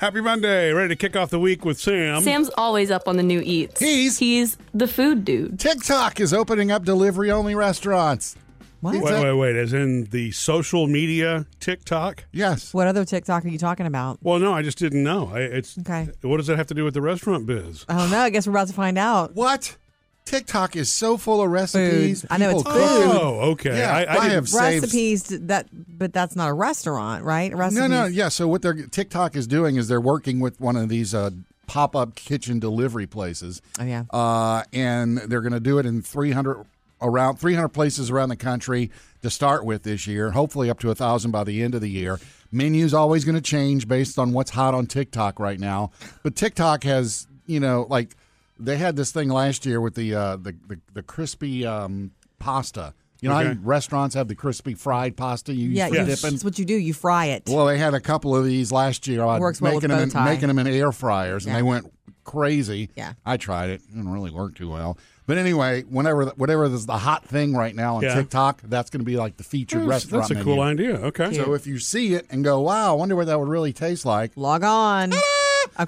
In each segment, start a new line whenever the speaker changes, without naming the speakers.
Happy Monday. Ready to kick off the week with Sam.
Sam's always up on the new eats.
He's-
he's the food dude.
TikTok is opening up delivery only restaurants.
What?
Pizza-
Wait, wait, wait. As in the social media TikTok?
Yes.
What other TikTok are you talking about?
Well, no, I just didn't know. I, it's
Okay.
What does it have to do with the restaurant biz?
I don't know. I guess we're about to find out.
What? TikTok is so full of recipes.
I know it's
people
food.
cook.
Oh, okay.
Yeah,
I, I
I
didn't-
have saved-
Recipes d- that, but that's not a restaurant, right? Recipes.
No, no, yeah. So what their TikTok is doing is they're working with one of these uh, pop-up kitchen delivery places.
Oh, yeah.
Uh, and they're going to do it in 300 around 300 places around the country to start with this year. Hopefully up to a thousand by the end of the year. Menu's always going to change based on what's hot on TikTok right now. But TikTok has, you know, like they had this thing last year with the uh, the, the the crispy um, pasta. You know,
Okay.
how restaurants have the crispy fried pasta you use
Yeah,
for
you,
dipping.
that's what you do. You fry it.
Well, they had a couple of these last year. uh,
Works well with
making them in,
bow tie.
making them in air fryers, and
Yeah.
they went crazy.
Yeah.
I tried it; it didn't really work too well. But anyway, whenever whatever is the hot thing right now on
Yeah.
TikTok, that's going to be like the featured
That's,
restaurant.
that's a cool
menu.
idea. Okay.
So if you see it and go, "Wow, I wonder what that would really taste like,"
Log on. Okay.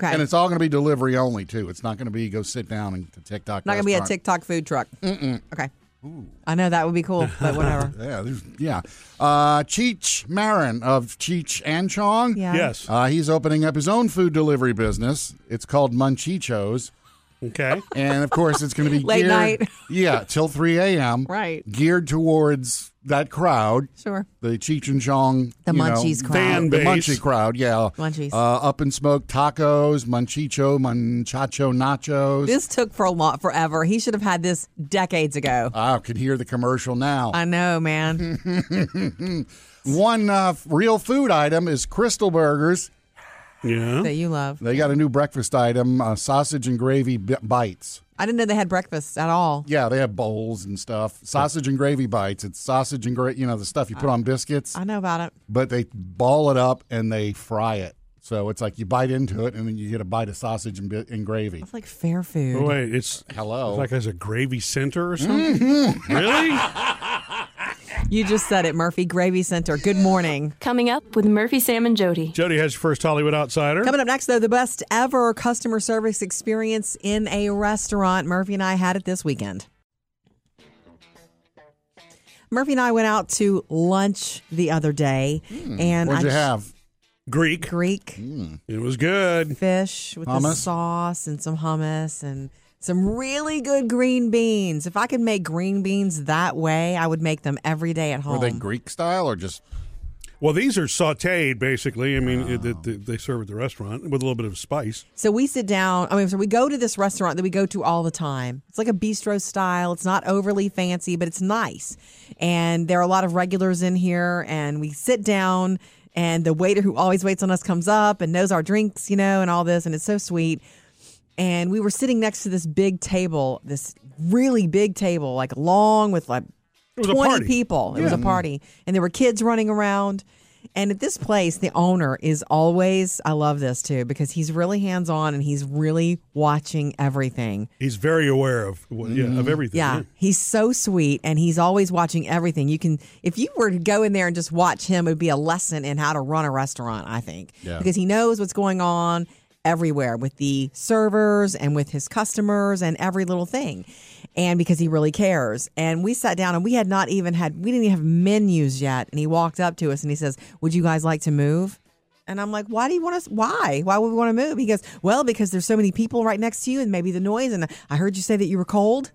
Ah! and it's all going to be delivery only too. It's not going to be go sit down and to TikTok.
not gonna be a
restaurant.
TikTok food truck. Mm-mm. Okay. I know that would be cool, but whatever.
Yeah, there's- yeah. Uh, Cheech Marin of Cheech and Chong.
Yeah.
yes.
Uh, he's opening up his own food delivery business. It's called Munchichos.
okay.
And of course, it's going to be
Late
geared,
night.
Yeah, till 3 a.m.
Right.
Geared towards that crowd,
Sure.
the Cheech and Chong.
The
you know,
munchies crowd.
Fan
the
base.
Munchie crowd, yeah.
Munchies.
Uh, up in smoke tacos, Munchicho, Munchacho nachos.
This took for a lot forever. He should have had this decades ago.
I can hear the commercial now.
I know, man.
One uh, f- real food item is Crystal Burgers.
Yeah.
that you love.
They got a new breakfast item, uh, sausage and gravy bi- bites.
I didn't know they had breakfast at all.
Yeah, they have bowls and stuff. Sausage and gravy bites. It's sausage and gravy, you know, the stuff you put on biscuits,
I know about it.
but they ball it up and they fry it. So it's like you bite into it and then you get a bite of sausage and, bi- and gravy.
It's like fair food.
Oh, wait, it's
Hello. Mm-hmm.
it's like there's a gravy center or something. Really?
You just said it, Murphy. Gravy Center. Good morning.
Coming up with Murphy, Sam, and Jody.
Jody has your first Hollywood outsider.
Coming up next, though, the best ever customer service experience in a restaurant. Murphy and I had it this weekend. Murphy and I went out to lunch the other day, and
Hmm. What'd you
I ch-
have? Hmm.
Greek.
Greek
It was good.
fish with the
Hummus?
sauce and some hummus and some really good green beans. If I could make green beans that way, I would make them every day at
Were
home.
they Greek style or just
Well, these are sauteed basically. I mean, it, th- th- they serve at the restaurant with a little bit of spice.
So we sit down. I mean, so we go to this restaurant that we go to all the time. It's like a bistro style. It's not overly fancy, but it's nice. And there are a lot of regulars in here. And we sit down, and the waiter who always waits on us comes up and knows our drinks, you know, and all this. And it's so sweet. And we were sitting next to this big table, this really big table, like long with like
It was a
20
party.
people. It was a party. And there were kids running around. And at this place, the owner is always, I love this too, because he's really hands on and he's really watching everything.
He's very aware of what, yeah, of everything.
Mm-hmm. Yeah. He's so sweet and he's always watching everything. You can, if you were to go in there and just watch him, it would be a lesson in how to run a restaurant, I think.
Yeah.
Because he knows what's going on everywhere with the servers and with his customers and every little thing. And because he really cares. And we sat down and we had not even had, we didn't even have menus yet. And he walked up to us and he says, Would you guys like to move? And I'm like, why do you want us? Why? Why would we want to move? He goes, well, because there's so many people right next to you and maybe the noise. And I heard you say that you were cold.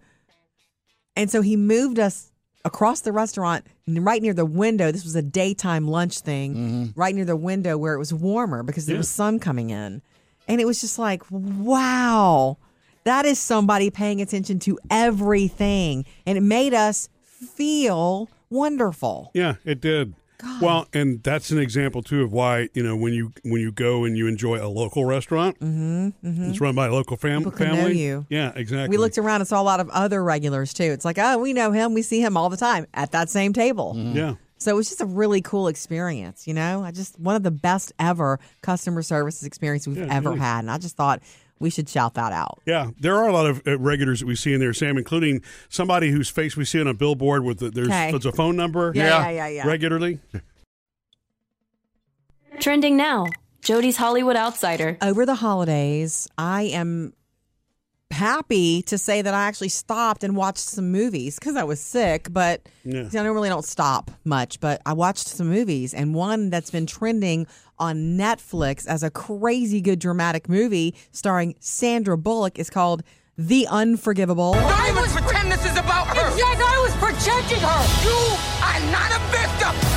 And so he moved us across the restaurant, n- right near the window. This was a daytime lunch thing, right near the window where it was warmer because there was sun coming in. And it was just like, wow, that is somebody paying attention to everything. And it made us feel wonderful.
Yeah, it did. Well, and that's an example too of why you know when you when you go and you enjoy a local restaurant, mm-hmm, it's run by a local fam-
People can know
family.
you.
Yeah, exactly.
We looked around and saw a lot of other regulars too. It's like, oh, we know him. We see him all the time at that same table.
yeah,
So it was just a really cool experience, you know? I just, one of the best ever customer services experience we've ever had. And I just thought we should shout that out.
yeah. There are a lot of uh, regulars that we see in there, Sam, including somebody whose face we see on a billboard with the, there's,
Okay.
there's a phone number.
Yeah, yeah, yeah, yeah.
regularly.
Trending now. Jody's Hollywood Outsider.
Over the holidays, I am happy to say that I actually stopped and watched some movies because I was sick, but
Yeah.
see, I don't really don't stop much, but I watched some movies and one that's been trending on Netflix as a crazy good dramatic movie starring Sandra Bullock is called The Unforgivable.
I was pretend this is about her. Yes, I was protecting her. You are not a victim.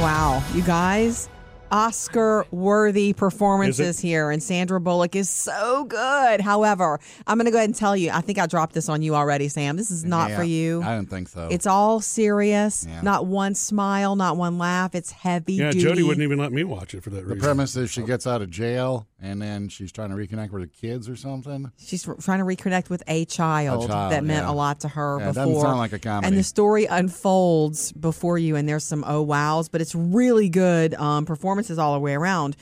Wow, you guys, Oscar worthy performances here, and Sandra Bullock is so good. However, I'm going to go ahead and tell you, I think I dropped this on you already, Sam. This is not for
Yeah,
you.
I don't think so.
it's all serious, not one smile, not one laugh. It's heavy
Yeah,
duty.
Jody wouldn't even let me watch it for that
the
reason.
premise is she gets out of jail and then she's trying to reconnect with her kids or something.
She's r- trying to reconnect with a child,
A child,
that meant
yeah.
a lot to her
Yeah, it
before.
doesn't sound like a comedy.
And the story unfolds before you, and there's some oh wows, but it's really good um, performances all the way around.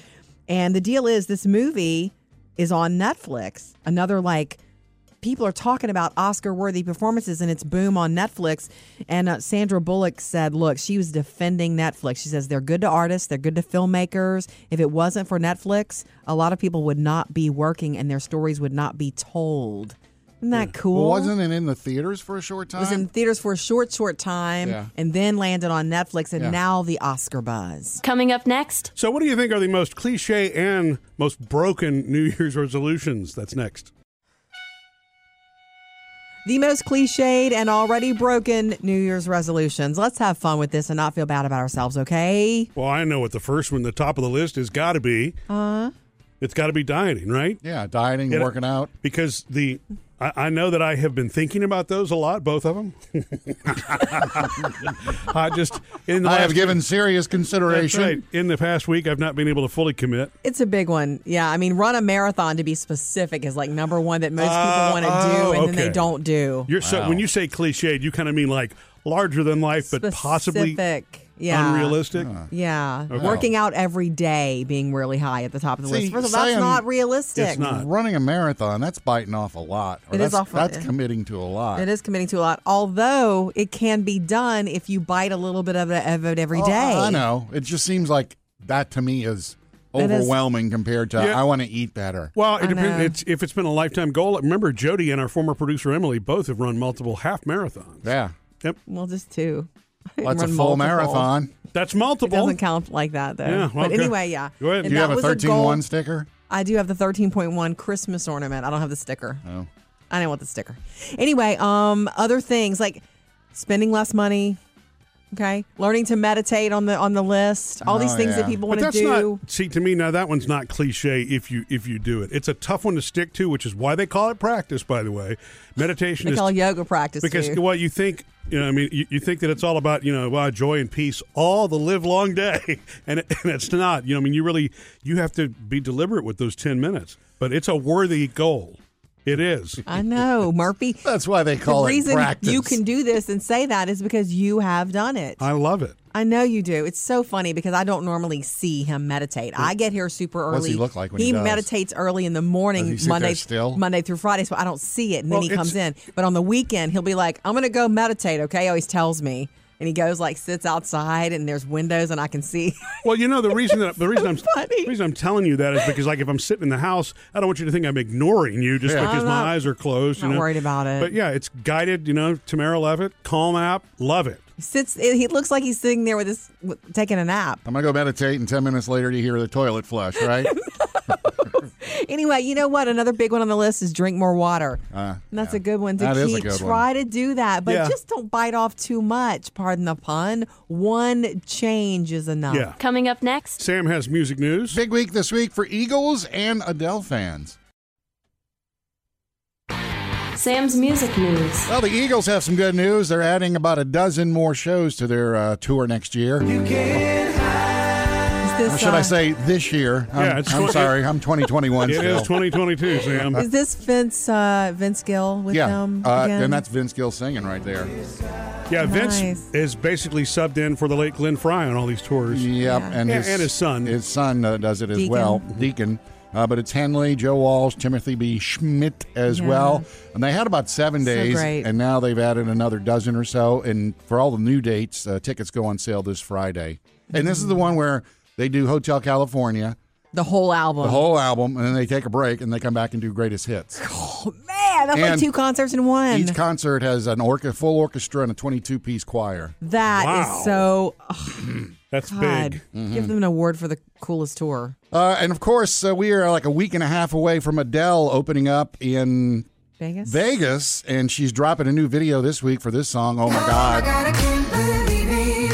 And the deal is, this movie is on Netflix. Another like people are talking about Oscar worthy performances and it's boom on Netflix. And uh, Sandra Bullock said, Look, she was defending Netflix. She says they're good to artists, they're good to filmmakers. If it wasn't for Netflix, a lot of people would not be working and their stories would not be told. Isn't that cool?
Well, wasn't it in the theaters for a short time?
It was in theaters for a short, short time
Yeah.
and then landed on Netflix and now the Oscar buzz.
Coming up next,
So, what do you think are the most cliche and most broken New Year's resolutions? That's next.
The most cliched and already broken New Year's resolutions. Let's have fun with this and not feel bad about ourselves, okay?
Well, I know what the first one, the top of the list, has got to be.
Uh-huh.
It's got to be dieting, right?
yeah, dieting,
Yeah.
working out.
Because the I, I know that I have been thinking about those a lot, both of them. I just in the
I have
last-
given serious
That's
consideration.
right. In the past week, I've not been able to fully commit.
It's a big one. Yeah. I mean, run a marathon to be specific is like number one that most
Uh,
people want to
oh,
do and then
okay.
they don't do.
You're so when you say cliched, you kind of mean like larger than life, but possibly
Specific. Yeah.
unrealistic.
Yeah. Working out every day being really high at the top of the
See,
list. First of all, that's
saying-
not realistic.
It's not.
Running a marathon, that's biting off a lot. Or
It is
that's,
off-
That's committing to a lot.
It is committing to a lot, although it can be done if you bite a little bit of it, of it
Oh,
every day.
I know. It just seems like that to me is
That is-
overwhelming compared to
Yeah.
I want to eat better.
Well, it
I
depends.
know.
It's, if it's been a lifetime goal, remember Jody and our former producer Emily both have run multiple half marathons.
Yeah.
Yep,
Well, just two.
Well, that's a
Run
full
multiple.
marathon.
that's
It
multiple.
doesn't count like that, though.
Yeah, well,
but
okay.
anyway, yeah.
Go ahead.
And
Do
Do you
that
have a
was a
13
goal-
1 sticker?
I do have the 13.1 Christmas ornament. I don't have the sticker.
Oh.
I don't want the sticker. Anyway, um, other things like spending less money. Okay, learning to meditate on the on the list. All these
Oh,
things
yeah.
that people
But
want to
that's
do.
not see to me now. That one's not cliche if you if you do it. It's a tough one to stick to, which is why they call it practice. By the way, meditation
they
is
call yoga practice
because
too.
well you think you know I mean you, you think that it's all about you know wow, joy and peace all the live long day and, it, and it's not you know I mean you really you have to be deliberate with those ten minutes but it's a worthy goal it is
I know, Murphy.
That's why they call
the
it
reason
practice.
you can do this and say that is because you have done it.
I love it
I know you do. It's so funny because I don't normally see him meditate. I get here super early.
What's he look like when he does?
meditates early in the morning,
Does he sit
Monday
there still?
Monday through Friday, so I don't see it. And
Well,
then he
it's-
comes in, but on the weekend he'll be like, "I'm gonna go meditate." Okay, he always tells me, and he goes like sits outside and there's windows and I can see.
well you know the reason that the reason I'm
funny.
the reason I'm telling you that is because like if I'm sitting in the house I don't want you to think I'm ignoring you just
Yeah.
because
I'm
my
not-
eyes are closed
not
you know?
worried about it.
but yeah it's guided you know Tamara Levitt Calm app love it
He sits. He looks like he's sitting there with his with- taking a nap.
I'm going to go meditate, and 10 minutes later, you hear the toilet flush, right?
Anyway, you know what? Another big one on the list is drink more water. And that's a good one to
Ah, That is a
keep.
good one.
Try to do that, but
Yeah.
just don't bite off too much. Pardon the pun. One change is enough.
yeah
coming up next,
Sam has music news
Big week this week for Eagles and Adele fans.
Sam's music news.
Well, the Eagles have some good news. They're adding about a dozen more shows to their uh, tour next year.
Is this,
Or should I
uh,
say this year? I'm,
Yeah, it's
I'm
tw-
sorry. I'm 2021
It
still.
is 2022 Sam
Is this Vince uh, Vince Gill with
yeah,
them
uh,
again?
and that's Vince Gill singing right there.
Yeah,
Nice.
Vince is basically subbed in for the late Glenn Fry on all these tours.
Mm.
Yep, and
Yeah,
his,
and his son.
his son uh, does it as
Deacon.
well, Deacon. Uh, but it's Henley, Joe Walsh, Timothy B. Schmidt as
Yeah.
well, and they had about seven
So
days,
great.
and now they've added another dozen or so. And for all the new dates, uh, tickets go on sale this Friday. And this is the one where they do Hotel California,
The whole album.
the whole album, and then they take a break and they come back and do greatest hits.
Man, that's like
And
two concerts in one.
Each concert has an orca, full orchestra and a 22 piece choir.
That is
Wow.
so. Oh,
That's
God,
big.
Mm-hmm.
give them an award for the coolest tour.
Uh, and of course, uh, we are like a week and a half away from Adele opening up in
Vegas.
Vegas, and she's dropping a new video this week for this song. Oh my God.
God, I can't believe it.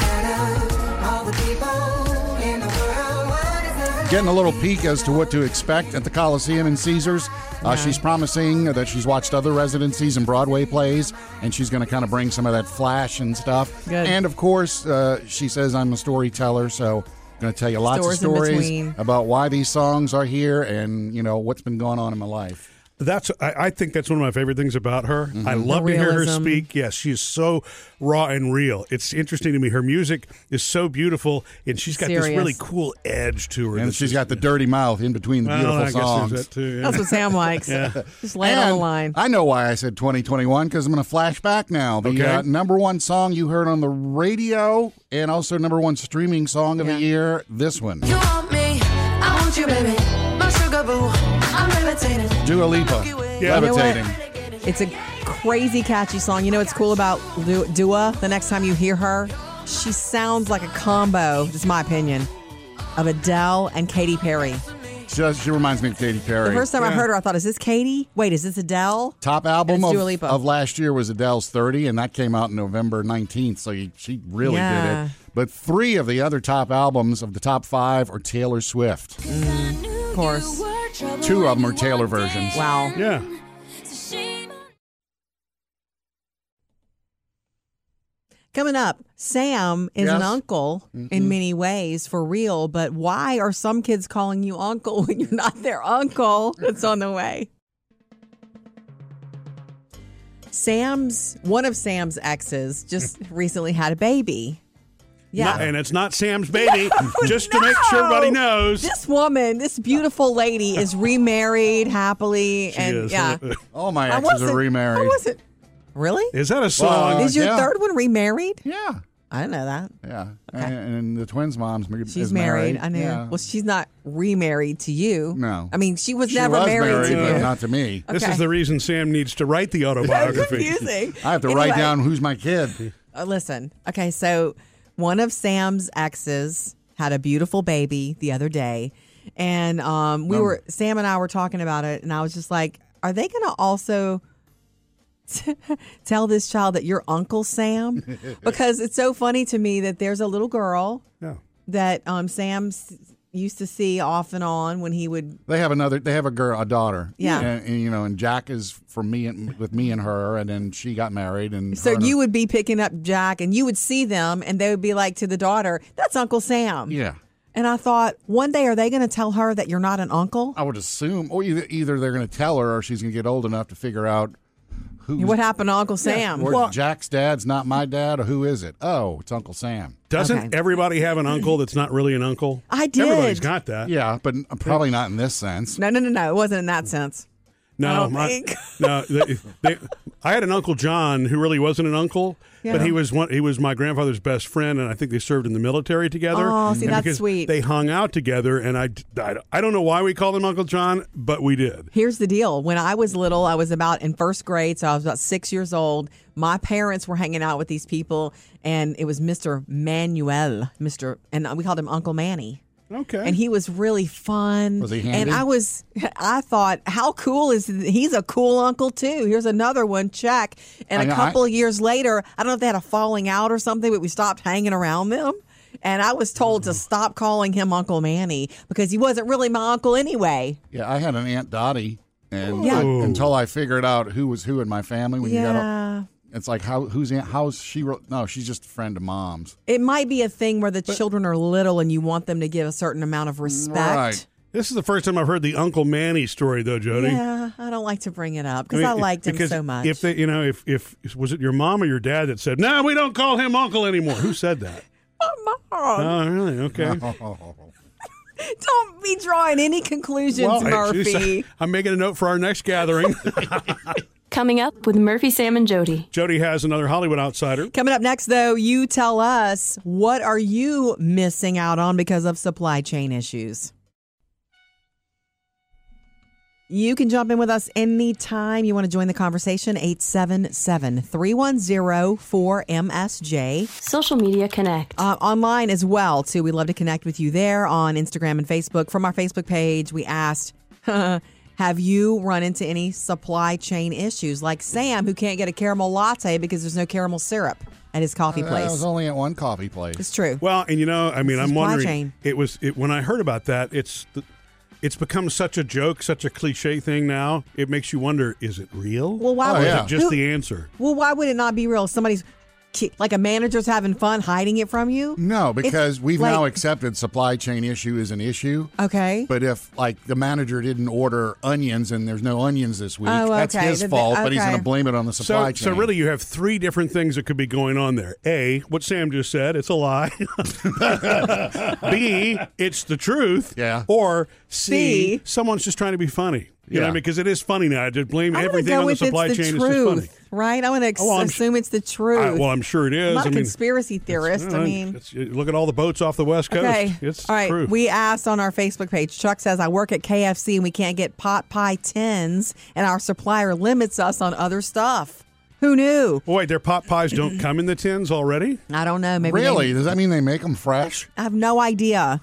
All the people in the world, what is that?
Getting a little peek as to what to expect at the Coliseum in Caesars. Uh, She's promising that she's watched other residencies and Broadway plays, and she's going to kind of bring some of that flash and stuff.
Good.
And of course, uh, she says, I'm a storyteller, so I'm going to tell you lots
Stories in
of stories
between.
about why these songs are here and, you know, what's been going on in my life.
That's I, I think that's one of my favorite things about her.
Mm-hmm.
I love to hear her
realism.
speak. Yes, she is so raw and real. It's interesting to me. Her music is so beautiful, and she's got this
Serious.
really cool edge to her.
And
that's
she's
just-
got the dirty mouth in between the
Well,
beautiful
I Guess
songs.
there's that too, yeah.
That's what Sam likes. Just lay it on
And
the line.
I know why I said 2021 because I'm going to flash back now. The
Okay.
uh, number one song you heard on the radio and also number one streaming song of
Yeah.
the year, this one.
You want me, I want you, baby. My sugar boo, I'm levitating.
Dua Lipa,
Yeah.
You know what?
Levitating.
It's a crazy catchy song. You know what's cool about Lu- Dua? The next time you hear her, she sounds like a combo, just my opinion, of Adele and Katy Perry.
She, does- she reminds me of Katy Perry.
The first time I heard her, I thought, is this Katy? Wait, is this Adele?
Top album
And it's Dua
of,
Lipa.
of last year was Adele's 30, and that came out November 19th, so you, she really
Yeah.
did it. But three of the other top albums of the top five are Taylor Swift.
Of course.
Two of them are Taylor versions.
Wow.
yeah.
Coming up, Sam is
Yes?
an uncle in many ways for real, but why are some kids calling you uncle when you're not their uncle? It's on the way. Sam's one of Sam's exes just recently had a baby. Yeah.
Not- and it's not Sam's baby. just to make sure everybody
No!
knows.
This woman, this beautiful lady is remarried happily
She
and
is.
yeah.
All my
I
exes
wasn't
are remarried.
I wasn't. Really?
Is that a song?
Well,
is your
yeah.
third one remarried?
Yeah.
I didn't know that.
Yeah, and, and the twins' mom's mar-
She's
is
married.
married.
I know.
Yeah.
Well, she's not remarried to you.
No.
I mean, she was
She
never
was
married, to
but
you.
not to me.
This
okay.
is the reason Sam needs to write the autobiography.
Confusing.
I have to
Anyway,
write down who's my kid.
uh, listen. Okay, so one of Sam's exes had a beautiful baby the other day, and um, we were Sam and I were talking about it, and I was just like, "Are they going to also?" tell this child that you're Uncle Sam because it's so funny to me that there's a little girl
Yeah.
that um, Sam s- used to see off and on when he would
They have another. They have a girl, a daughter.
Yeah.
and, and, you know, and Jack is from me and with me and her, and then she got married, and her
So
and her-
you would be picking up Jack and you would see them and they would be like to the daughter, that's Uncle Sam.
yeah.
And I thought, one day are they going to tell her that you're not an uncle?
I would assume, or either, either they're going to tell her, or she's going to get old enough to figure out who.
What happened to Uncle Sam?
Or Jack's dad's not my dad, or who is it? Oh, it's Uncle Sam.
Doesn't
Okay.
everybody have an uncle that's not really an uncle?
I did.
Everybody's got that.
Yeah, but n- probably not in this sense.
no, no, no, no. It wasn't in that sense.
No,
I don't
my-
think.
no. They, they, I had an uncle John who really wasn't an uncle, but he was one. He was my grandfather's best friend, and I think they served in the military together.
Oh, see,
And
that's
because
sweet.
They hung out together, and I, I, I don't know why we called him Uncle John, but we did.
Here's the deal. When I was little, I was about in first grade, so I was about six years old. My parents were hanging out with these people, and it was Mr. Manuel, Mr. and we called him Uncle Manny.
Okay.
and he was really fun.
Was he
And
handy?
I was, I thought, how cool is he's a cool uncle too. Here's another one, check. And
I
a
know, I-
couple of years later, I don't know if they had a falling out or something, but we stopped hanging around them. And I was told
Mm-hmm.
to stop calling him Uncle Manny because he wasn't really my uncle anyway.
Yeah, I had an Aunt Dottie, and
Yeah.
Ooh.
until I figured out who was who in my family when you got old.
yeah.
It's like how who's aunt, how's she? re- No, she's just a friend of mom's.
It might be a thing where the children are little and you want them to give a certain amount of respect.
Right.
This is the first time I've heard the Uncle Manny story, though, Jody.
Yeah, I don't like to bring it up because I,
mean, if-
liked him
because
so much.
If they, you know, if if was it your mom or your dad that said, "No, we don't call him uncle anymore." Who said that?
Oh, Mom,
oh, really? Okay.
Uh,
don't be drawing any conclusions,
Well,
Murphy.
geez, I'm making a note for our next gathering.
Coming up with Murphy, Sam, and Jody.
Jody has another Hollywood outsider.
Coming up next, though, you tell us what are you missing out on because of supply chain issues. You can jump in with us anytime you want to join the conversation. 877 310 4MSJ.
Social media connect.
Uh, online as well, too. We love to connect with you there on Instagram and Facebook. From our Facebook page, we asked, Have you run into any supply chain issues like Sam, who can't get a caramel latte because there's no caramel syrup at his coffee
Uh,
I was
place?
only at one coffee place.
It's true.
Well, and you know, I mean,
This is
I'm wondering.
blockchain.
It was it, when I heard about that. It's the, it's become such a joke, such a cliche thing now. It makes you wonder: Is it real?
Well, why
Oh,
Or
would
is
yeah.
it just
who-
the answer?
Well, why would it not be real? Somebody's ki- like a manager's having fun hiding it from you.
No,
It's
because we've
like-
now accepted supply chain issue is an issue.
Okay.
But if like the manager didn't order onions and there's no onions this week,
Oh,
that's
okay.
his
Then-
fault. But he's
okay.
going to blame it on the
So,
supply chain.
so really, you have three different things that could be going on there. A, what Sam just said, it's a lie. B, it's the truth.
Yeah.
Or C,
C.
someone's just trying to be funny. You know,
Yeah.
because it is funny now. Just blame
I wanna
everything
go
on the
with
supply
it's the
chain. It's just
truth,
funny.
right? I want to ex-
Oh, I'm s-
assume it's the truth.
I- well, I'm sure it is.
I'm not
I
a
mean-
conspiracy theorist. I
Uh,
mean,
it's- look at all the boats off the West Coast.
okay.
It's
All right.
true.
We asked on our Facebook page. Chuck says, I work at KFC and we can't get pot pie tins, and our supplier limits us on other stuff. Who knew?
Oh, wait, their pot pies don't come in the tins already?
I don't know. Maybe they-
really? Does that mean they make them fresh?
I have no idea.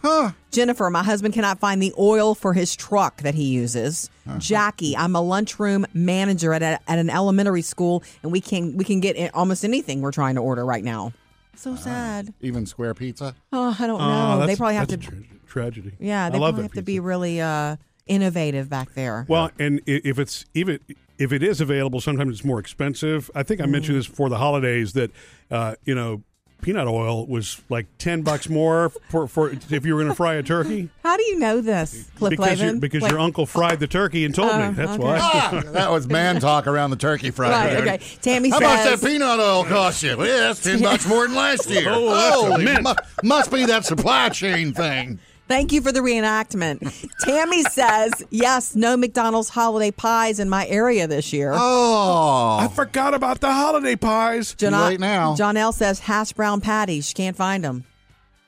Jennifer, my husband cannot find the oil for his truck that he uses. Jackie, I'm a lunchroom manager at, a, at an elementary school, and we can we can get in almost anything we're trying to order right now. So sad.
Even square pizza?
Oh, I don't
Oh,
know. They
that's-
probably have to.
that's a tra- tragedy.
yeah, they
I love
probably
that
have to be
pizza.
really uh, innovative back there.
Well, and i- if it's even if it is available, sometimes it's more expensive. I
Mm.
think I mentioned this before the holidays that uh, you know peanut oil was like ten bucks more for, for if you were going to fry a turkey
How do you know this, Cliff
because your,
Lavin?
because
Like-
your uncle fried the turkey and told
Oh,
me that's
okay.
why.
Ah, that was man talk around the turkey fry.
Right. Okay. Tammy
How
says.
much that peanut oil cost you? Well, yeah, that's ten bucks more than last year.
Oh, that's a
Holy
mint.
mu- must be that supply chain thing.
Thank you for the reenactment. Tammy says, yes, no McDonald's holiday pies in my area this year.
I
Oh,
forgot about the holiday pies.
John,
late now.
John L says hash brown patties. She can't find them.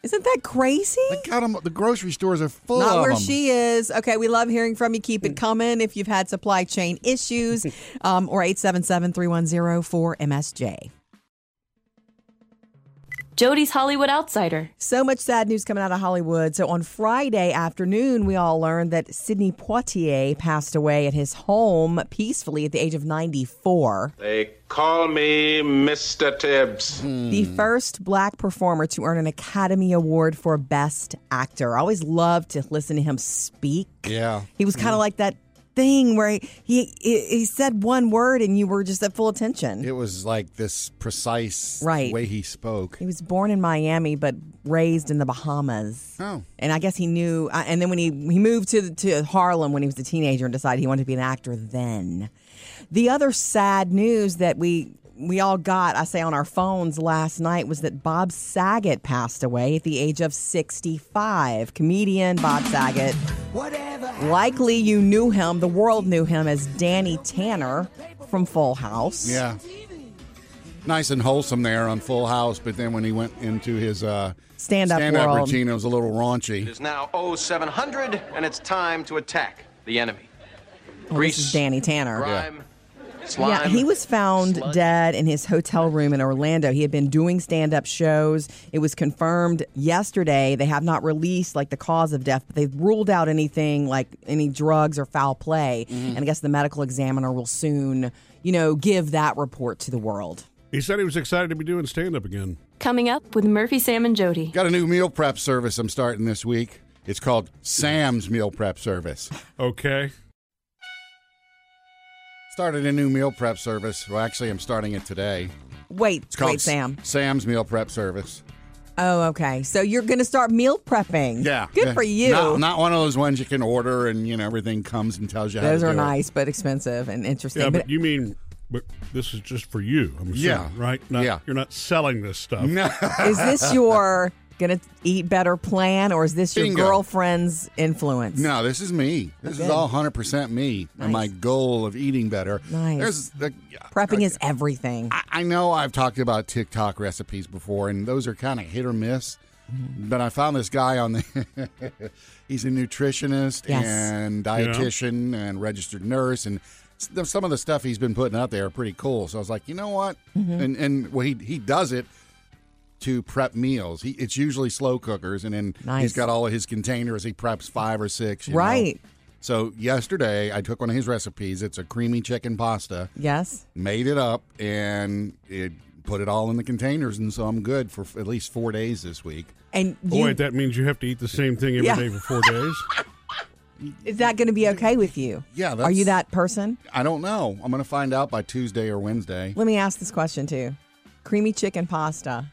Isn't that crazy?
they got 'em- The grocery stores are full
Not
of
where
'em.
she is. Okay, we love hearing from you. Keep it coming if you've had supply chain issues um, or 877 310 4MSJ.
Jody's Hollywood Outsider.
So much sad news coming out of Hollywood. So on Friday afternoon, we all learned that Sidney Poitier passed away at his home peacefully at the age of 94.
They call me Mr. Tibbs.
the first black performer to earn an Academy Award for Best Actor. I always loved to listen to him speak.
Yeah.
He was kind of like that thing where he, he he said one word and you were just at full attention.
It was like this precise
Right.
way he spoke.
he was born in Miami but raised in the Bahamas.
Oh.
And I guess he knew I- and then when he he moved to to Harlem when he was a teenager and decided he wanted to be an actor then. The other sad news that we we all got, I say on our phones last night was that Bob Saget passed away at the age of 65. Comedian Bob Saget. Likely you knew him, the world knew him as Danny Tanner from Full House.
Yeah. Nice and wholesome there on Full House, but then when he went into his uh,
Stand-up
stand-up
world.
routine, it was a little raunchy.
It is now 0700, and it's time to attack the enemy.
Well, Oh, this is Danny Tanner.
Grime, slime.
Yeah, he was found
sludge.
dead in his hotel room in Orlando. He had been doing stand up shows. It was confirmed yesterday. They have not released like the cause of death, but they've ruled out anything like any drugs or foul play.
Mm-hmm.
And I guess the medical examiner will soon, you know, give that report to the world.
He said he was excited to be doing stand up again.
Coming up with Murphy, Sam, and Jody.
Got a new meal prep service I'm starting this week. It's called Sam's Meal Prep Service.
Okay.
Started a new meal prep service. Well, actually, I'm starting it today.
Wait,
It's called
wait, Sam.
S- Sam's Meal Prep Service.
Oh, okay. So you're going to start meal prepping.
Yeah.
Good
Yeah.
for you.
Not, not one of those ones you can order and, you know, everything comes and tells you how
Those
to
are
do it.
nice, but expensive and interesting.
Yeah,
but,
but you mean, but this is just for you, I'm assuming,
Yeah.
right? Not,
Yeah.
You're not selling this stuff.
is this your gonna eat better plan or is this your
Bingo.
girlfriend's influence?
No, this is me. This is
Okay.
all 100% me and my
Nice.
goal of eating better.
Nice.
There's the,
Prepping is everything.
I- I know I've talked about TikTok recipes before, and those are kind of hit or miss.
Mm-hmm.
But I found this guy on the. he's a nutritionist
Yes.
and dietitian and registered nurse, and s- some of the stuff he's been putting out there are pretty cool. So I was like, you know what?
Mm-hmm.
And and well, he he does it to prep meals. He it's usually slow cookers, and then he's
Nice.
got all of his containers. He preps five or six. you know?
Right.
So yesterday, I took one of his recipes. It's a creamy chicken pasta
Yes.
made it up and it put it all in the containers and so i'm good for f- at least four days this week
And
Oh,
you,
wait, that means you have to eat the same thing every day
Yeah.
for four days.
is that going to be okay with you?
Yeah,
Are
that's-
you that person?
i don't know i'm gonna find out by tuesday or wednesday
Let me ask this question too. Creamy chicken pasta.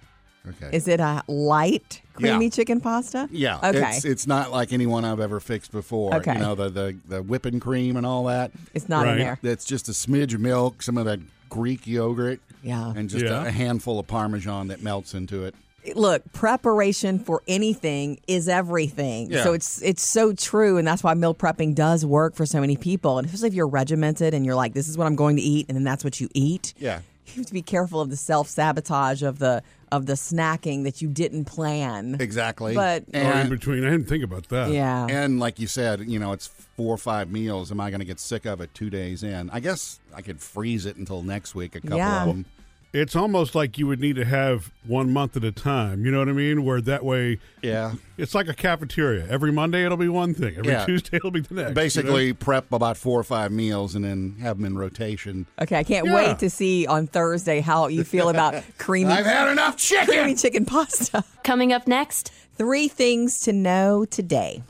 okay
Is it a light creamy
Yeah.
chicken pasta?
yeah
Okay.
it's, it's not like anyone i've ever fixed before
Okay.
you know the, the the whipping cream and all that
It's not
Right.
in there.
that's just a smidge of milk some of that greek yogurt
Yeah.
and just
Yeah.
a, a handful of parmesan that melts into it
Look, preparation for anything is everything.
Yeah.
So it's it's so true, and that's why meal prepping does work for so many people. And especially if you're regimented and you're like, this is what I'm going to eat, and then that's what you eat.
yeah
You have to be careful of the self sabotage of the of the snacking that you didn't plan.
exactly
But-
Or in
and,
between, I didn't think about that.
Yeah.
and like you said you know it's four or five meals am i gonna get sick of it two days in i guess i could freeze it until next week a couple
Yeah.
of them
It's almost like you would need to have one month at a time. You know what I mean? Where that way,
Yeah.
it's like a cafeteria. Every Monday it'll be one thing. Every
Yeah.
Tuesday it'll be the next. you know?
Basically, prep about four or five meals and then have them in rotation.
Okay, I can't
Yeah.
wait to see on Thursday how you feel about creamy
I've had enough chicken.
creamy chicken pasta.
Coming up next,
Three things to know today.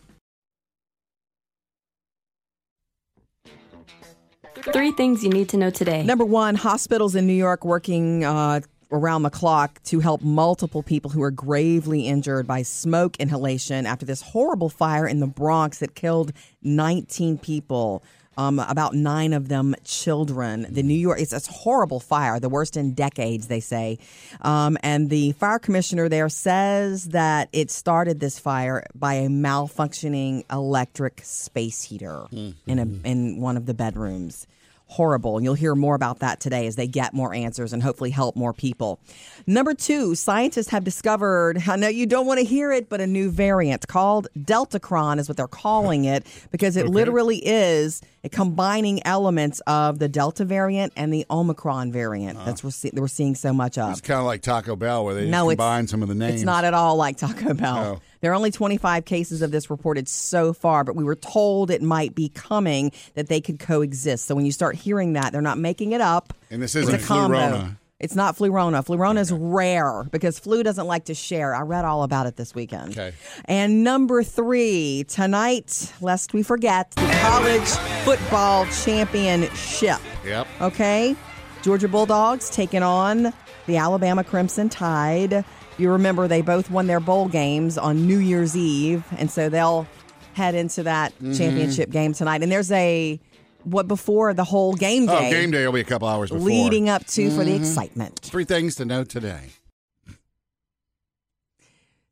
three things you need to know today.
Number one, hospitals in New York working uh, around the clock to help multiple people who are gravely injured by smoke inhalation after this horrible fire in the Bronx that killed 19 people. Um, about nine of them children. The New York, it's a horrible fire, the worst in decades, they say. Um, and the fire commissioner there says that it started this fire by a malfunctioning electric space heater in a in one of the bedrooms horrible. And you'll hear more about that today as they get more answers and hopefully help more people. Number two, scientists have discovered, I know you don't want to hear it, but a new variant called Deltacron is what they're calling it because it literally is combining elements of the Delta variant and the Omicron variant. That's what we're, see- we're seeing so much of.
It's kind of like Taco Bell where they
No,
just
it's-
combine some of the names. Oh.
It's not at all like Taco Bell.
No.
There are only 25 cases of this reported so far, but we were told it might be coming that they could coexist. So when you start hearing that, they're not making it up.
And this
It's
isn't
a combo.
Flurona.
It's not Flurona. Flurona is rare because flu doesn't like to share. I read all about it this weekend.
Okay.
And number three, tonight, lest we forget, the college football championship.
Yep.
Okay. Georgia Bulldogs taking on the Alabama Crimson Tide. You remember they both won their bowl games on New Year's Eve, and so they'll head into that championship game tonight. And there's a what before the whole game
Oh,
day,
game day will be a couple hours before.
leading up to for the excitement.
Three things to know today.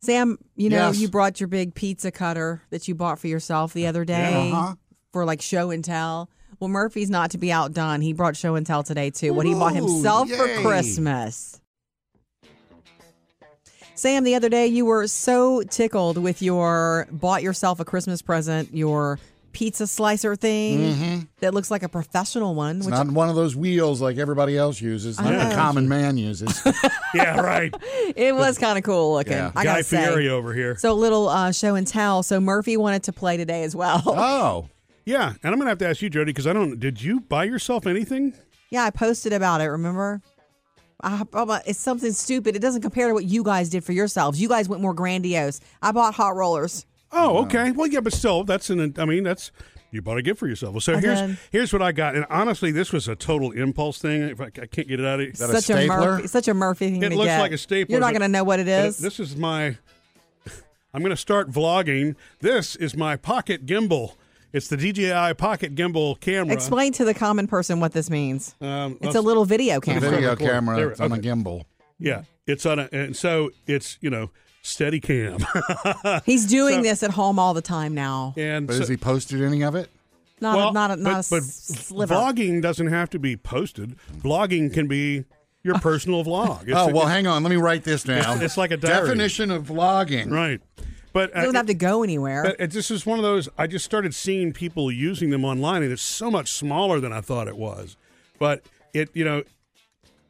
Sam, you know
Yes.
you brought your big pizza cutter that you bought for yourself the other day
Uh-huh.
for like show and tell. Well, Murphy's not to be outdone. He brought show and tell today too. What he bought
Ooh,
himself for
yay.
Christmas. Sam, the other day you were so tickled with your bought yourself a Christmas present, your pizza slicer thing that looks like a professional one.
Mm-hmm. It's
which Uh-huh.
not one of those wheels like everybody else uses, not the
know.
common man uses.
yeah, right.
it was kind of cool looking.
Yeah.
I
Guy
gotta say.
Fieri over here.
So a little uh, show and tell. So Murphy wanted to play today as well.
oh,
yeah, and I'm gonna have to ask you, Jody, because I don't. Did you buy yourself anything?
Yeah, I posted about it. Remember? I, I bought- it's something stupid. It doesn't compare to what you guys did for yourselves. You guys went more grandiose. I bought hot rollers.
Oh, okay. Well, yeah, but still, that's an. I mean, that's you bought a gift for yourself. Well, So
I
here's
did.
here's what I got, and honestly, this was a total impulse thing. If I, I can't get it out of you.
that a stapler?
Murphy, such a Murphy thing.
It
to
looks
get.
like a staple.
You're not going to know what it is.
This is my. I'm going to start vlogging. This is my pocket gimbal. It's the DJI pocket gimbal camera.
Explain to the common person what this means.
Um,
it's
let's-
a little video
the
camera.
video
record.
camera
There-
it's on a
okay.
gimbal.
Yeah, it's on a, and so it's you know steady cam,
He's
So-
doing this at home all the time now.
and
But
so,
has he posted any of it?
Not
well,
a, not a, not
but,
a
but
s- sliver.
Vlogging doesn't have to be posted. Vlogging can be your personal vlog. It's
Oh
a-
well, hang on. Let me write this down.
It's- it's like a diary.
definition of vlogging.
right. But uh,
You don't have to go anywhere.
But Uh, it just is one of those. I just started seeing people using them online, and it's so much smaller than I thought it was. But it, you know,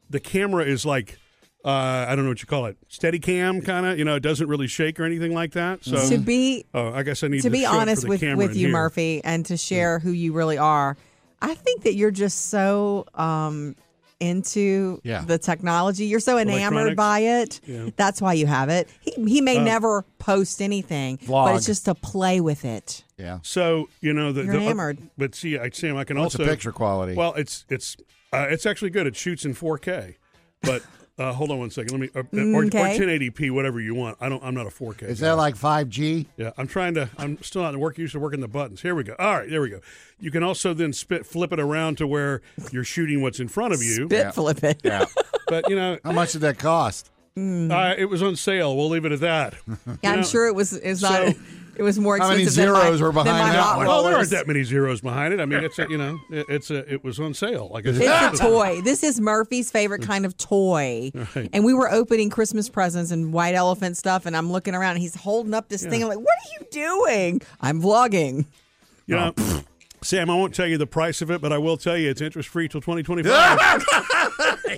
the camera is like uh, I don't know what you call it, steady cam kind of. You know, it doesn't really shake or anything like that. So,
to be
oh, I guess I need
to be
show it for
honest
the
with,
camera
with
in
you,
here.
Murphy, and to share who you really are, I think that you're just so um, into
Yeah.
the technology. You're so enamored
Electronics. Uh,
by it. That's why you have it. He, he may never post anything, but
Vlog.
it's just to play with it.
Yeah.
So you know the,
You're
the-
hammered.
but see, I Sam, I can
What's
also
the picture quality?
Well, it's it's uh, it's actually good. It shoots in 4K, but uh, hold on one second. Let me or, or, or
Mm, Okay.
1080p, whatever you want. I don't. I'm not a 4K.
is
guy.
that like 5G?
Yeah, I'm trying to. I'm still not work used to working the buttons. Here we go. All right, there we go. You can also then spit flip it around to where you're shooting what's in front of you.
Bit flip it.
Yeah.
But you know,
How much did that cost?
Um,
uh, it was on sale. We'll leave it at that.
Yeah, I'm
know,
sure it was. It's not.
so-
It was more
How many
expensive. than my-
zeros were
than
behind
my
that
hot
one?
Well, there aren't
rollers.
that many zeros behind it. I mean, it's a, you know, it, it's a it was on sale. Like I Ah! said.
It's a toy. This is Murphy's
Mm.
favorite kind of toy. And we were opening Christmas presents and white elephant stuff, and I'm looking around, and he's holding up this thing. I'm like, what are you doing? I'm vlogging.
You know,
Oh,
Sam, I won't tell you the price of it, but I will tell you it's interest free till
Ah!
2025. Oh,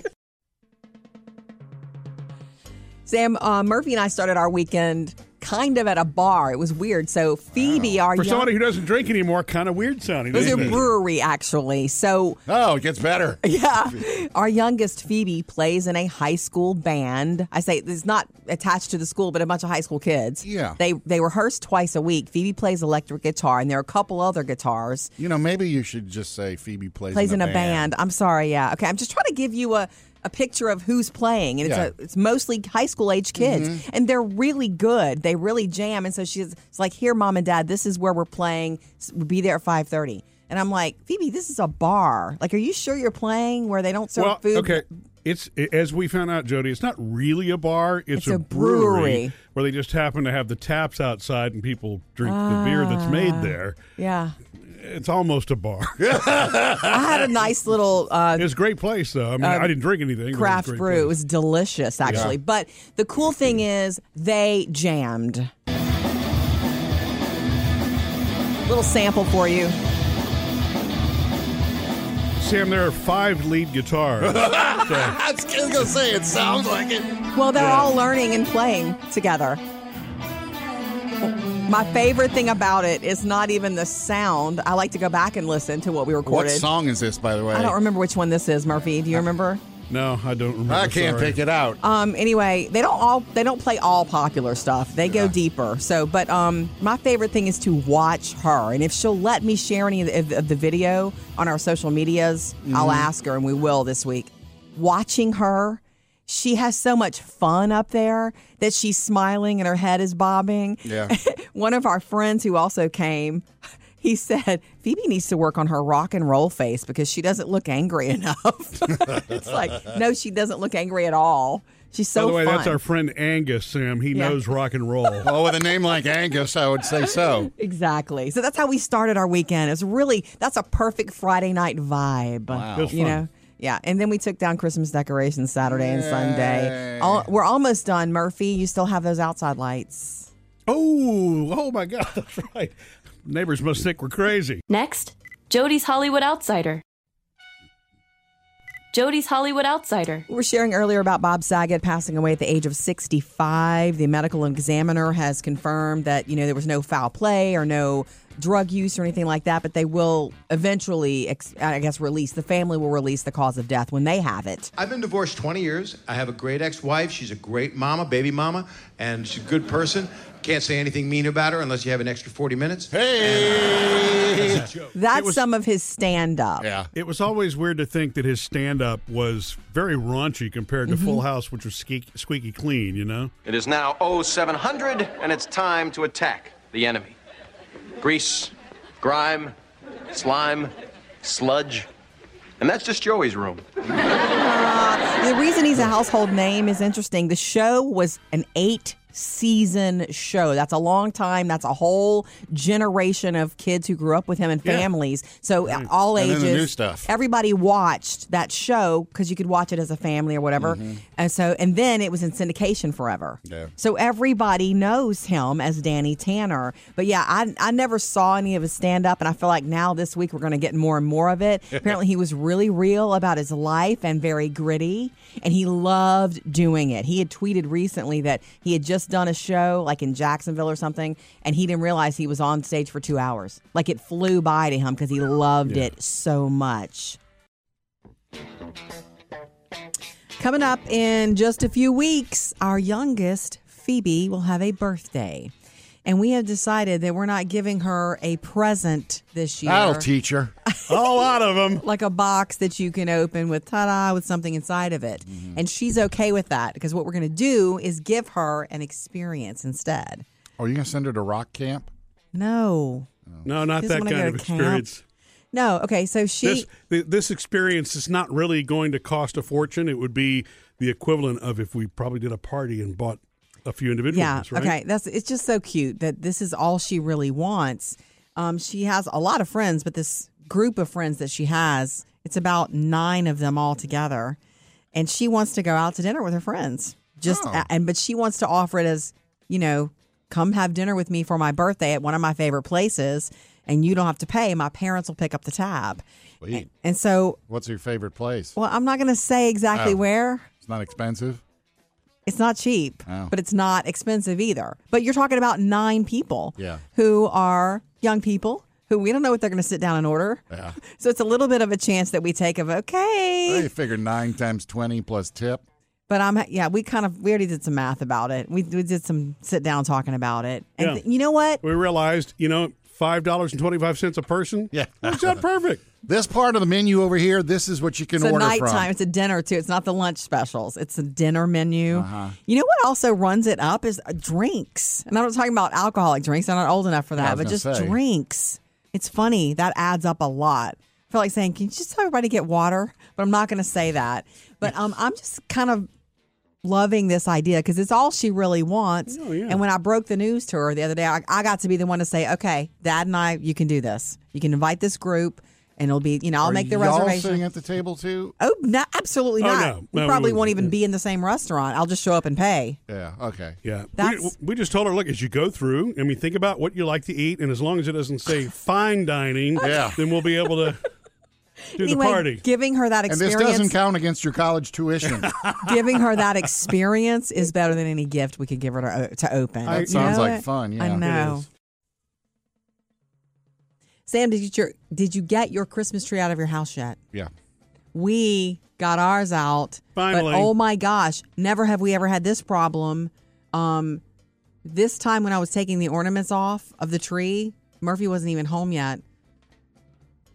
Sam, uh, Murphy and I started our weekend kind of at a bar. It was weird. So Phoebe, our
For
young-
somebody who doesn't drink anymore, kind of weird sounding.
it was a
isn't it?
brewery, actually. So
Oh, it gets better.
Yeah. Our youngest Phoebe plays in a high school band. I say it's not attached to the school, but a bunch of high school kids.
Yeah.
They they rehearse twice a week. Phoebe plays electric guitar and there are a couple other guitars.
You know, maybe you should just say Phoebe plays,
Plays in a band. I'm sorry, yeah. Okay. I'm just trying to give you a a picture of who's playing, and it's
Yeah.
a, it's mostly high school age kids, and they're really good. They really jam, and so she's it's like, "Here, mom and dad, this is where we're playing. S- We'll be there at 5.30. And I'm like, "Phoebe, this is a bar. Like, are you sure you're playing where they don't serve
Well,
food?"
okay. It's as we found out, Jody. It's not really a bar. It's,
It's a brewery.
where they just happen to have the taps outside and people drink the beer that's made
Ah.
there.
Yeah.
It's almost a bar.
I had a nice little uh,
it's a great place though. I mean, I didn't drink anything. but it was a
Um, craft
great
brew. It
place.
was delicious, actually. But the cool thing is, they jammed. Little sample for you.
Sam, there are five lead guitars. So,
I was going to say, it sounds like it.
Well, they're all learning and playing together. My favorite thing about it is not even the sound. I like to go back and listen to what we
What
recorded.
song is this, by the way?
I don't remember which one this is, Murphy. Do you remember?
no, I don't remember.
I can't
Sorry.
pick it out.
Um, anyway, they don't all they don't play all popular stuff. They go deeper. So, but um, my favorite thing is to watch her, and if she'll let me share any of the, of the video on our social medias, I'll ask her, and we will this week. Watching her, she has so much fun up there that she's smiling and her head is bobbing.
Yeah.
One of our friends who also came. He said Phoebe needs to work on her rock and roll face because she doesn't look angry enough. it's like, no, she doesn't look angry at all. She's so
By the way,
fun.
that's our friend Angus. Sam, he
Yeah.
knows rock and roll.
Well, with a name like Angus, I would say so.
exactly. So that's how we started our weekend. It's really that's a perfect Friday night vibe.
Wow.
It was
You
fun.
know. Yeah, and then we took down Christmas decorations Saturday and Sunday.
Yay.
All, we're almost done, Murphy. You still have those outside lights.
Oh, oh my God! That's right. Neighbors must think we're crazy.
Next, Jody's Hollywood Outsider. Jody's Hollywood Outsider.
We were sharing earlier about Bob Saget passing away at the age of 65. The medical examiner has confirmed that, you know, there was no foul play or no drug use or anything like that, but they will eventually, ex- I guess, release the family will release the cause of death when they have it.
I've been divorced 20 years. I have a great ex-wife. She's a great mama, baby mama, and she's a good person. Can't say anything mean about her unless you have an extra 40 minutes.
Hey!
That's
was-
some of his stand up.
yeah.
It was always weird to think that his stand up was very raunchy compared
Mm-hmm.
to Full House, which was squeaky, squeaky clean, you know?
It is now 0700, and it's time to attack the enemy. Grease, grime, slime, sludge. And that's just Joey's room.
The reason he's a household name is interesting. The show was an eight season show. That's a long time. That's a whole generation of kids who grew up with him and
Yeah.
families. So uh, all
Mm-hmm. And then
ages.
the new stuff.
Everybody watched that show because you could watch it as a family or whatever. And so, and then it was in syndication forever.
Mm-hmm. Yeah.
So everybody knows him as Danny Tanner. But yeah, I, I never saw any of his stand up. And I feel like now this week we're going to get more and more of it. Apparently, he was really real about his life and very gritty. And he loved doing it. He had tweeted recently that he had just done a show like in Jacksonville or something. And he didn't realize he was on stage for two hours. Like it flew by to him because he loved it so much. Coming up in just a few weeks, our youngest, Phoebe, will have a birthday. And we have decided that we're not giving her a present this year.
That'll teach her.
A lot of them.
like a box that you can open with ta da with something inside of it. And she's okay with that because what we're going to do is give her an experience instead.
Are Oh, you going to send her to rock camp?
No.
No, not
Doesn't
that
wanna go
kind of
to camp.
experience.
No. Okay. So she.
This th- this experience is not really going to cost a fortune. It would be the equivalent of if we probably did a party and bought a few individuals.
Yeah.
Right?
Okay. That's it's just so cute that this is all she really wants. Um, she has a lot of friends, but this group of friends that she has, it's about nine of them all together, and she wants to go out to dinner with her friends. Just
Oh.
and but she wants to offer it as you know, come have dinner with me for my birthday at one of my favorite places, and you don't have to pay. My parents will pick up the tab.
Sweet.
And so,
What's your favorite place?
well, I'm not going to say exactly
Oh.
where.
It's not expensive.
It's not cheap,
Oh.
but it's not expensive either. But you're talking about nine people
Yeah.
who are young people who we don't know what they're going to sit down and order.
Yeah.
So it's a little bit of a chance that we take of, okay.
They figure nine times 20 plus tip.
But I'm, yeah, we kind of, we already did some math about it. We, we did some sit down talking about it. And
Yeah.
you know what?
We realized, you know, five dollars and twenty five cents a person.
Yeah.
works out perfect.
This part of the menu over here, this is what you can
It's a
order
nighttime.
from.
It's a dinner too. It's not the lunch specials. It's a dinner menu.
Uh-huh.
You know what also runs it up is uh, drinks, and I'm not talking about alcoholic drinks. I'm not old enough for that,
was
but
gonna
just
say.
drinks. It's funny that adds up a lot. I feel like saying, "Can you just tell everybody to get water?" But I'm not going to say that. But um, I'm just kind of loving this idea because it's all she really wants.
Oh,
yeah.
And when I broke the news to her the other day, I, I got to be the one to say, "Okay, Dad and I, you can do this. You can invite this group." And it'll be, you know, I'll
Are
make the
y'all
reservation.
sitting at the table too?
Oh, no, absolutely
Oh,
not.
no.
We
No,
probably
we-
won't even be in the same restaurant. I'll just show up and pay.
Yeah. Okay.
Yeah. We,
That's-
we just told her, look, as you go through, I mean, think about what you like to eat, and as long as it doesn't say fine dining,
Yeah.
then we'll be able to do
anyway,
the party.
giving her that
And this
experience,
doesn't count against your college tuition.
giving her that experience is better than any gift we could give her to, uh, to open.
That
You
sounds
know
like
it?
fun, yeah.
I
It
know.
is.
Sam, did you your, did you get your Christmas tree out of your house yet?
yeah.
we got ours out.
Finally.
But oh my gosh, never have we ever had this problem. Um, this time when I was taking the ornaments off of the tree, Murphy wasn't even home yet.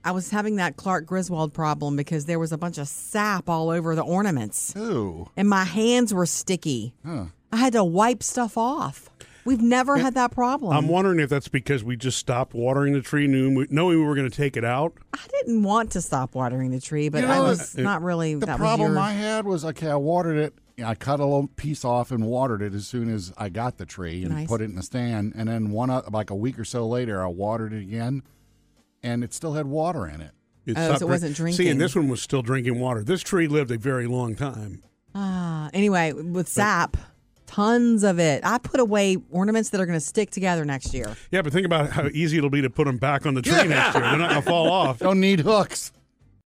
I was having that Clark Griswold problem because there was a bunch of sap all over the ornaments
Ooh.
and my hands were sticky. I had to wipe stuff off. We've never had that problem.
I'm wondering if that's because we just stopped watering the tree, knowing we, knowing we were going to take it out.
I didn't want to stop watering the tree, but
You
I
know,
was
it-
not really.
The
that
problem
was your,
I had was okay, I watered it. I cut a little piece off and watered it as soon as I got the tree and
Nice.
put it in the stand. And then one o- like a week or so later, I watered it again, and it still had water in it.
It
Oh, so
stopped
it wasn't
See,
drinking.
and this one was still drinking water. This tree lived a very long time.
Uh, anyway, with sap, tons of it. I put away ornaments that are going to stick together next year.
Yeah, but think about how easy it'll be to put them back on the tree next year. They're not going to fall off.
Don't need hooks.